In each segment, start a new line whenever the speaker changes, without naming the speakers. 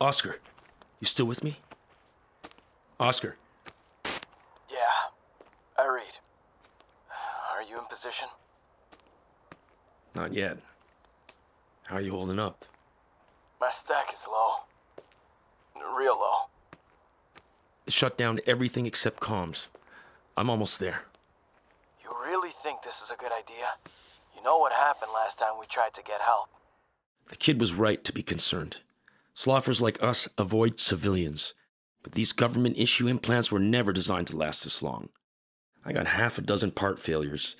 Oscar, you still with me? Oscar,
Yeah, I read. Are you in position?
not yet. How are you holding up?
My stack is low. Real low.
Shut down everything except comms. I'm almost there.
You really think this is a good idea? You know what happened last time we tried to get help.
The kid was right to be concerned. Sloughers like us avoid civilians, but these government issue implants were never designed to last this long. I got half a dozen part failures,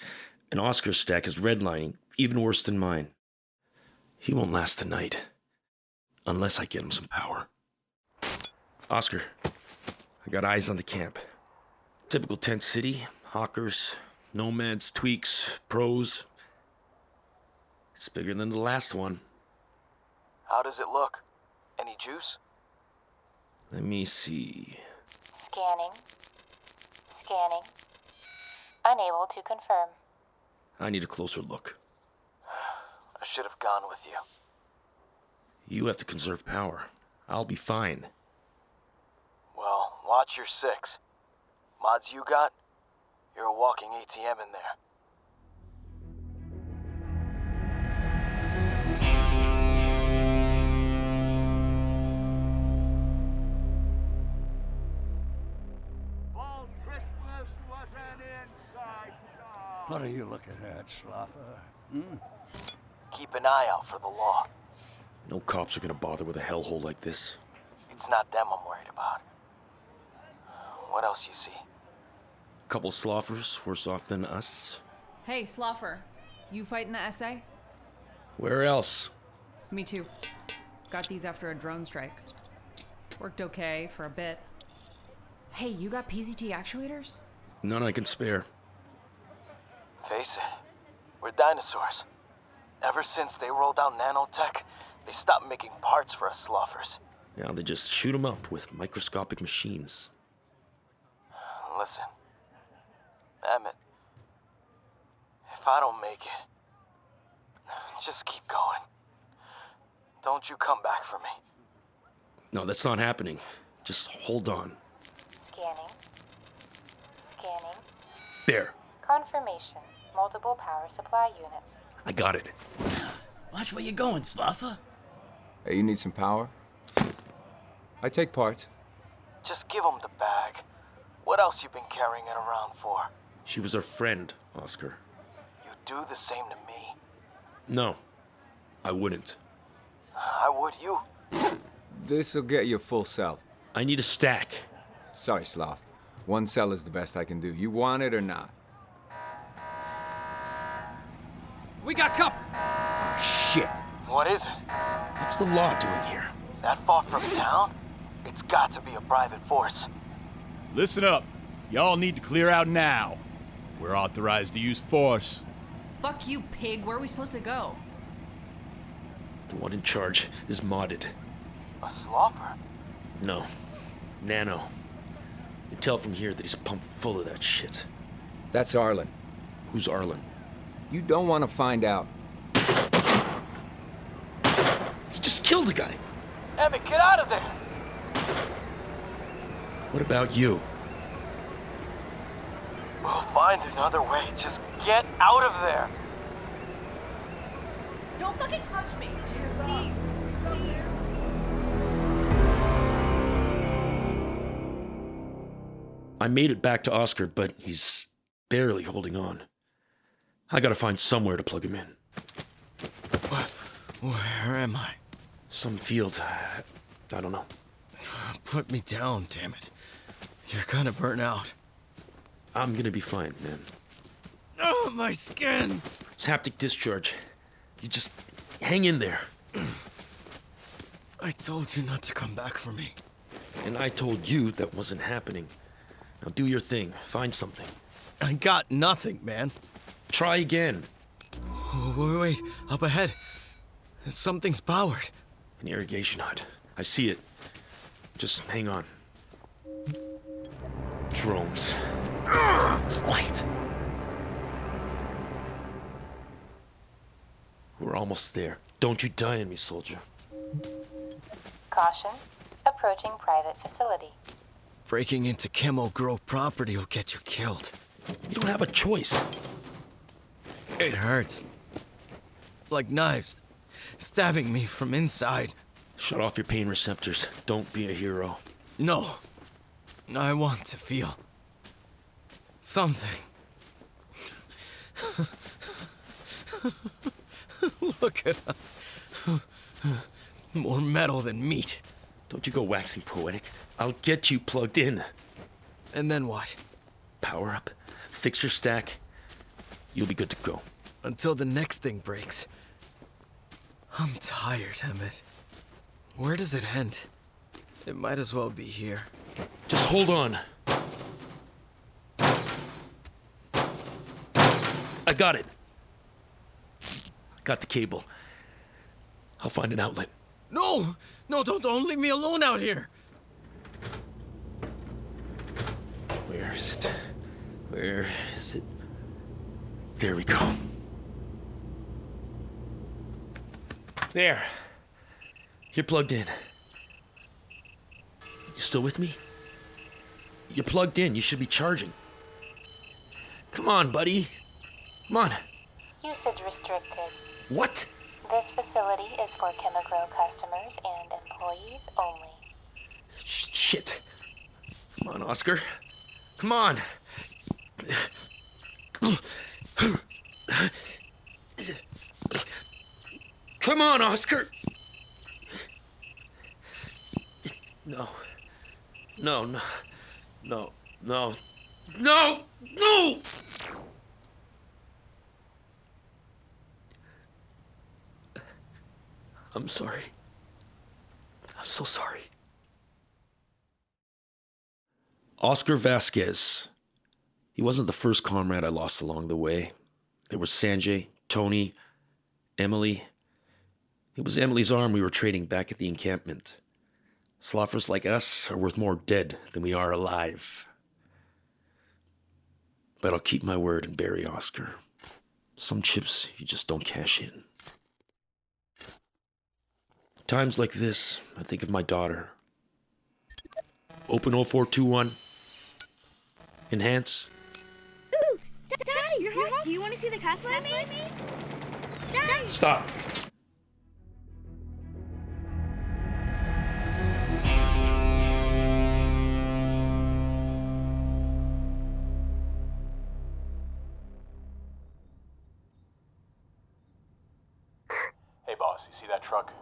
and Oscar's stack is redlining, even worse than mine. He won't last tonight, unless I get him some power. Oscar, I got eyes on the camp. Typical tent city hawkers, nomads, tweaks, pros. It's bigger than the last one.
How does it look? Any juice?
Let me see.
Scanning. Scanning. Unable to confirm.
I need a closer look.
I should have gone with you.
You have to conserve power. I'll be fine.
Well, watch your six. Mods you got? You're a walking ATM in there.
Well, Christmas was an inside job.
What are you looking at, Schlaffer? Hmm?
Keep an eye out for the law.
No cops are gonna bother with a hellhole like this.
It's not them I'm worried about. What else you see?
Couple sloughers worse off than us.
Hey, Sloffer, you fighting the SA?
Where else?
Me too. Got these after a drone strike. Worked okay for a bit. Hey, you got PZT actuators?
None I can spare.
Face it, we're dinosaurs. Ever since they rolled out nanotech, they stopped making parts for us sloughers.
Now they just shoot 'em up with microscopic machines.
Listen, Emmett, if I don't make it, just keep going. Don't you come back for me.
No, that's not happening. Just hold on.
Scanning. Scanning.
There.
Confirmation. Multiple power supply units.
I got it.
Watch where you're going, Sluffer.
Hey, you need some power? I take parts.
Just give him the bag. What else you been carrying it around for?
She was our friend, Oscar.
You do the same to me.
No, I wouldn't.
I would you.
This'll get you a full cell.
I need a stack.
Sorry, Slav. One cell is the best I can do. You want it or not?
We got cover.
Shit.
What is it?
What's the law doing here?
That far from town? It's got to be a private force.
Listen up. Y'all need to clear out now. We're authorized to use force.
Fuck you, pig. Where are we supposed to go?
The one in charge is modded.
A slougher?
No. Nano. You can tell from here that he's pumped full of that shit.
That's Arlen.
Who's Arlen?
You don't want to find out.
He just killed a guy.
Emmett, get out of there!
What about you?
We'll find another way. Just get out of there.
Don't fucking touch me.
I made it back to Oscar, but he's barely holding on. I gotta find somewhere to plug him in.
Where am I?
Some field. I don't know.
Put me down, damn it. You're gonna burn out.
I'm gonna be fine, man.
Oh, my skin!
It's haptic discharge. You just hang in there.
I told you not to come back for me.
And I told you that wasn't happening. Now do your thing. Find something.
I got nothing, man.
Try again.
Oh, wait, wait, up ahead. Something's powered.
An irrigation hut. I see it. Just hang on. Drones. Ugh, quiet. We're almost there. Don't you die on me, soldier.
Caution, approaching private facility.
Breaking into Chemo Grow property will get you killed.
You don't have a choice.
It hurts. Like knives, stabbing me from inside.
Shut off your pain receptors. Don't be a hero.
No. I want to feel. something. Look at us. More metal than meat.
Don't you go waxing poetic. I'll get you plugged in.
And then what?
Power up, fix your stack. You'll be good to go.
Until the next thing breaks. I'm tired, Emmett. Where does it end? It might as well be here.
Just hold on. I got it. Got the cable. I'll find an outlet.
No! No, don't, don't leave me alone out here!
Where is it? Where is it? There we go. There. You're plugged in. You still with me? You're plugged in. You should be charging. Come on, buddy. Come on.
Usage restricted.
What?
This facility is for Chemigro customers and employees only.
Sh- Shit. Come on, Oscar. Come on. Come on, Oscar. No. No, no. No. No. No! No! I'm sorry. I'm so sorry. Oscar Vasquez. He wasn't the first comrade I lost along the way. There were Sanjay, Tony, Emily. It was Emily's arm we were trading back at the encampment. Sloughers like us are worth more dead than we are alive. But I'll keep my word and bury Oscar. Some chips you just don't cash in. Times like this, I think of my daughter. Open 0421. Enhance.
Ooh, D- Daddy, you're home. Do you want to see the castle I made? Daddy.
Stop.
Hey, boss, you see that truck?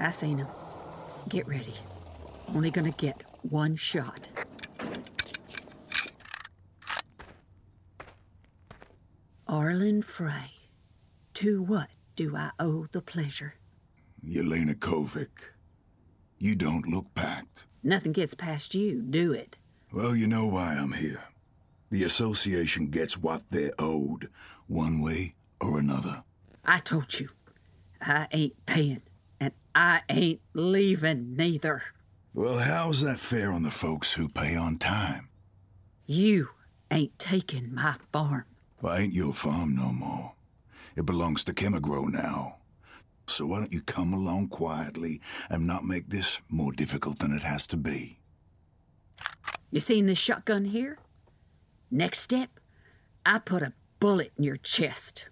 I seen him. Get ready. Only gonna get one shot. Arlen Frey, to what do I owe the pleasure?
Yelena Kovic. You don't look packed.
Nothing gets past you, do it?
Well, you know why I'm here. The association gets what they're owed, one way or another.
I told you, I ain't paying, and I ain't leaving neither.
Well, how's that fair on the folks who pay on time?
You ain't taking my farm.
Well, ain't your farm no more. It belongs to Chemigro now. So why don't you come along quietly and not make this more difficult than it has to be?
You seen this shotgun here? Next step, I put a bullet in your chest.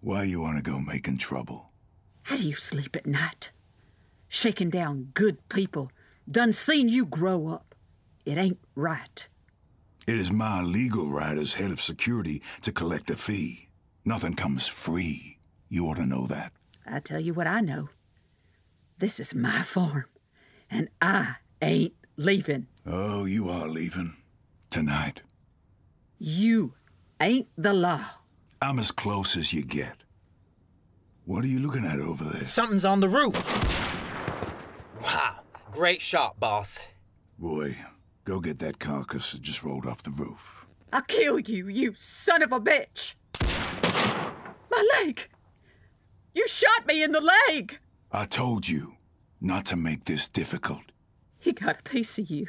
Why you want to go making trouble?
How do you sleep at night? Shaking down good people. Done seen you grow up. It ain't right.
It is my legal right as head of security to collect a fee. Nothing comes free. You ought to know that.
I tell you what I know. This is my farm, and I ain't leaving.
Oh, you are leaving. Tonight.
You ain't the law.
I'm as close as you get. What are you looking at over there?
Something's on the roof. Wow. Great shot, boss.
Roy, go get that carcass that just rolled off the roof.
I'll kill you, you son of a bitch! My leg! You shot me in the leg!
I told you not to make this difficult.
He got a piece of you.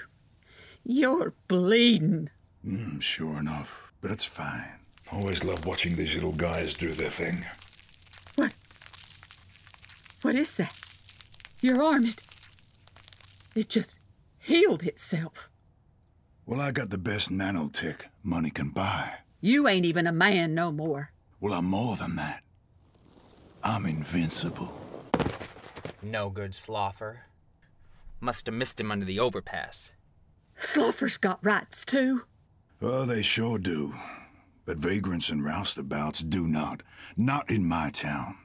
You're bleeding.
Mm, sure enough, but it's fine. Always love watching these little guys do their thing.
What? What is that? Your arm, it. It just healed itself.
Well, I got the best nanotech money can buy.
You ain't even a man no more.
Well, I'm more than that. I'm invincible.
No good, Sloffer. Must have missed him under the overpass.
Sloffer's got rights, too.
Oh, they sure do. But vagrants and roustabouts do not. Not in my town.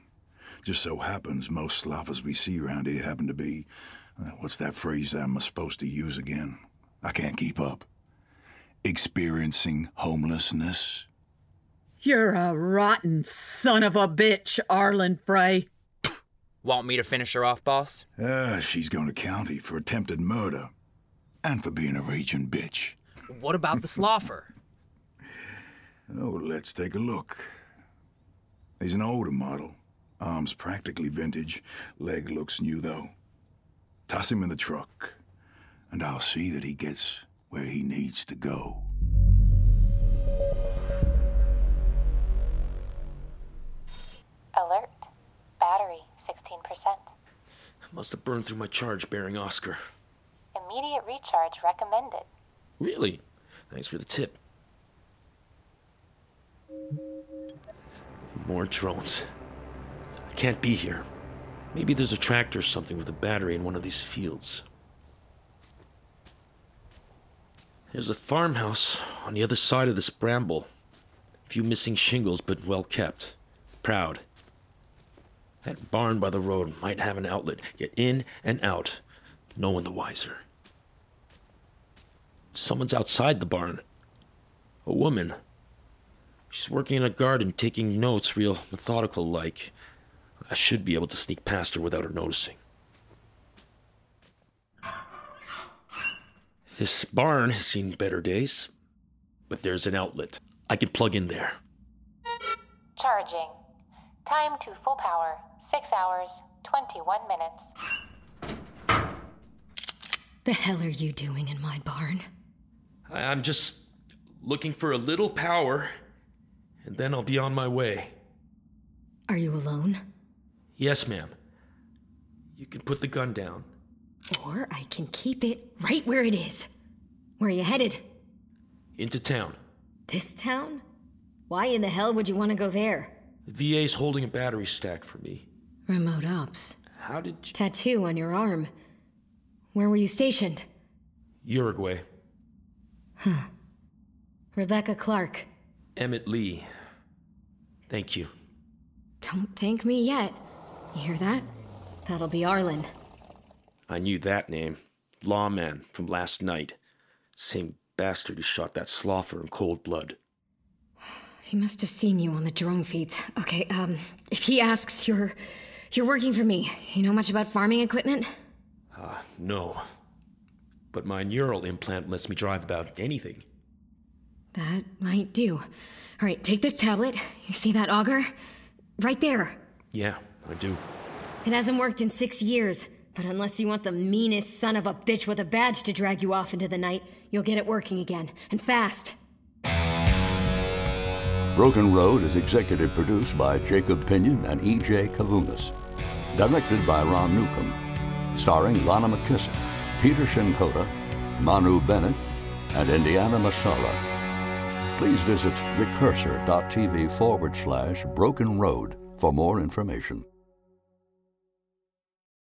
Just so happens most sloffers we see around here happen to be. Uh, what's that phrase I'm supposed to use again? I can't keep up. Experiencing homelessness?
You're a rotten son of a bitch, Arlen Frey.
Want me to finish her off, boss?
Uh, she's going to county for attempted murder and for being a raging bitch.
What about the sloffer?
oh, let's take a look. He's an older model. Arms practically vintage. Leg looks new, though. Toss him in the truck, and I'll see that he gets where he needs to go.
Alert. Battery 16%.
I must have burned through my charge bearing Oscar.
Immediate recharge recommended.
Really? Thanks for the tip. More drones. I can't be here. Maybe there's a tractor or something with a battery in one of these fields. There's a farmhouse on the other side of this bramble. A few missing shingles, but well kept. Proud. That barn by the road might have an outlet. Get in and out. No one the wiser. Someone's outside the barn. A woman. She's working in a garden, taking notes, real methodical like. I should be able to sneak past her without her noticing. This barn has seen better days, but there's an outlet. I can plug in there.
Charging. Time to full power 6 hours, 21 minutes.
The hell are you doing in my barn?
I'm just looking for a little power, and then I'll be on my way.
Are you alone?
Yes, ma'am. You can put the gun down.
Or I can keep it right where it is. Where are you headed?
Into town.
This town? Why in the hell would you want to go there?
The VA's holding a battery stack for me.
Remote ops.
How did you.
Tattoo on your arm. Where were you stationed?
Uruguay.
Huh. Rebecca Clark.
Emmett Lee. Thank you.
Don't thank me yet. You hear that? That'll be Arlen.
I knew that name. Lawman from last night. Same bastard who shot that sloffer in cold blood.
He must have seen you on the drone feeds. Okay, um, if he asks, you're you're working for me. You know much about farming equipment?
Uh, no. But my neural implant lets me drive about anything.
That might do. All right, take this tablet. You see that auger? Right there.
Yeah, I do.
It hasn't worked in six years, but unless you want the meanest son of a bitch with a badge to drag you off into the night, you'll get it working again, and fast.
Broken Road is executive produced by Jacob Pinion and E.J. Kavunas. Directed by Ron Newcomb. Starring Lana McKissick, Peter Shinkota, Manu Bennett, and Indiana Masala please visit recursor.tv forward slash broken road for more information.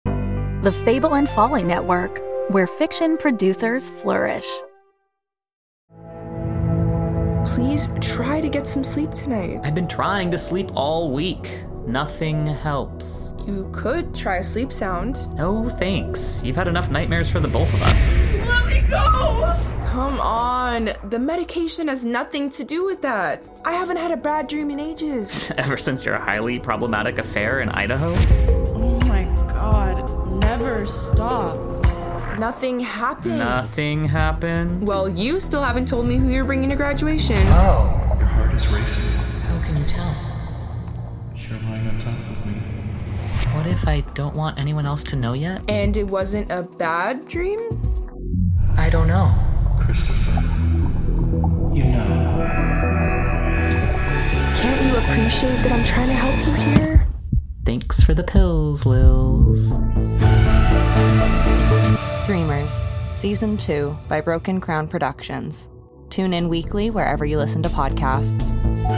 The Fable and Folly Network, where fiction producers flourish.
Please try to get some sleep tonight.
I've been trying to sleep all week. Nothing helps.
You could try a sleep sound.
No, thanks. You've had enough nightmares for the both of us.
Let me
me go! Come on, the medication has nothing to do with that. I haven't had a bad dream in ages.
Ever since your highly problematic affair in Idaho?
Oh my god, never stop. Nothing happened.
Nothing happened?
Well, you still haven't told me who you're bringing to graduation.
Oh.
Your heart is racing.
How can you tell?
You're lying on top of me.
What if I don't want anyone else to know yet?
And it wasn't a bad dream?
I don't know.
Christopher, you know.
Can't you appreciate that I'm trying to help you here?
Thanks for the pills, Lils.
Dreamers, Season 2 by Broken Crown Productions. Tune in weekly wherever you listen to podcasts.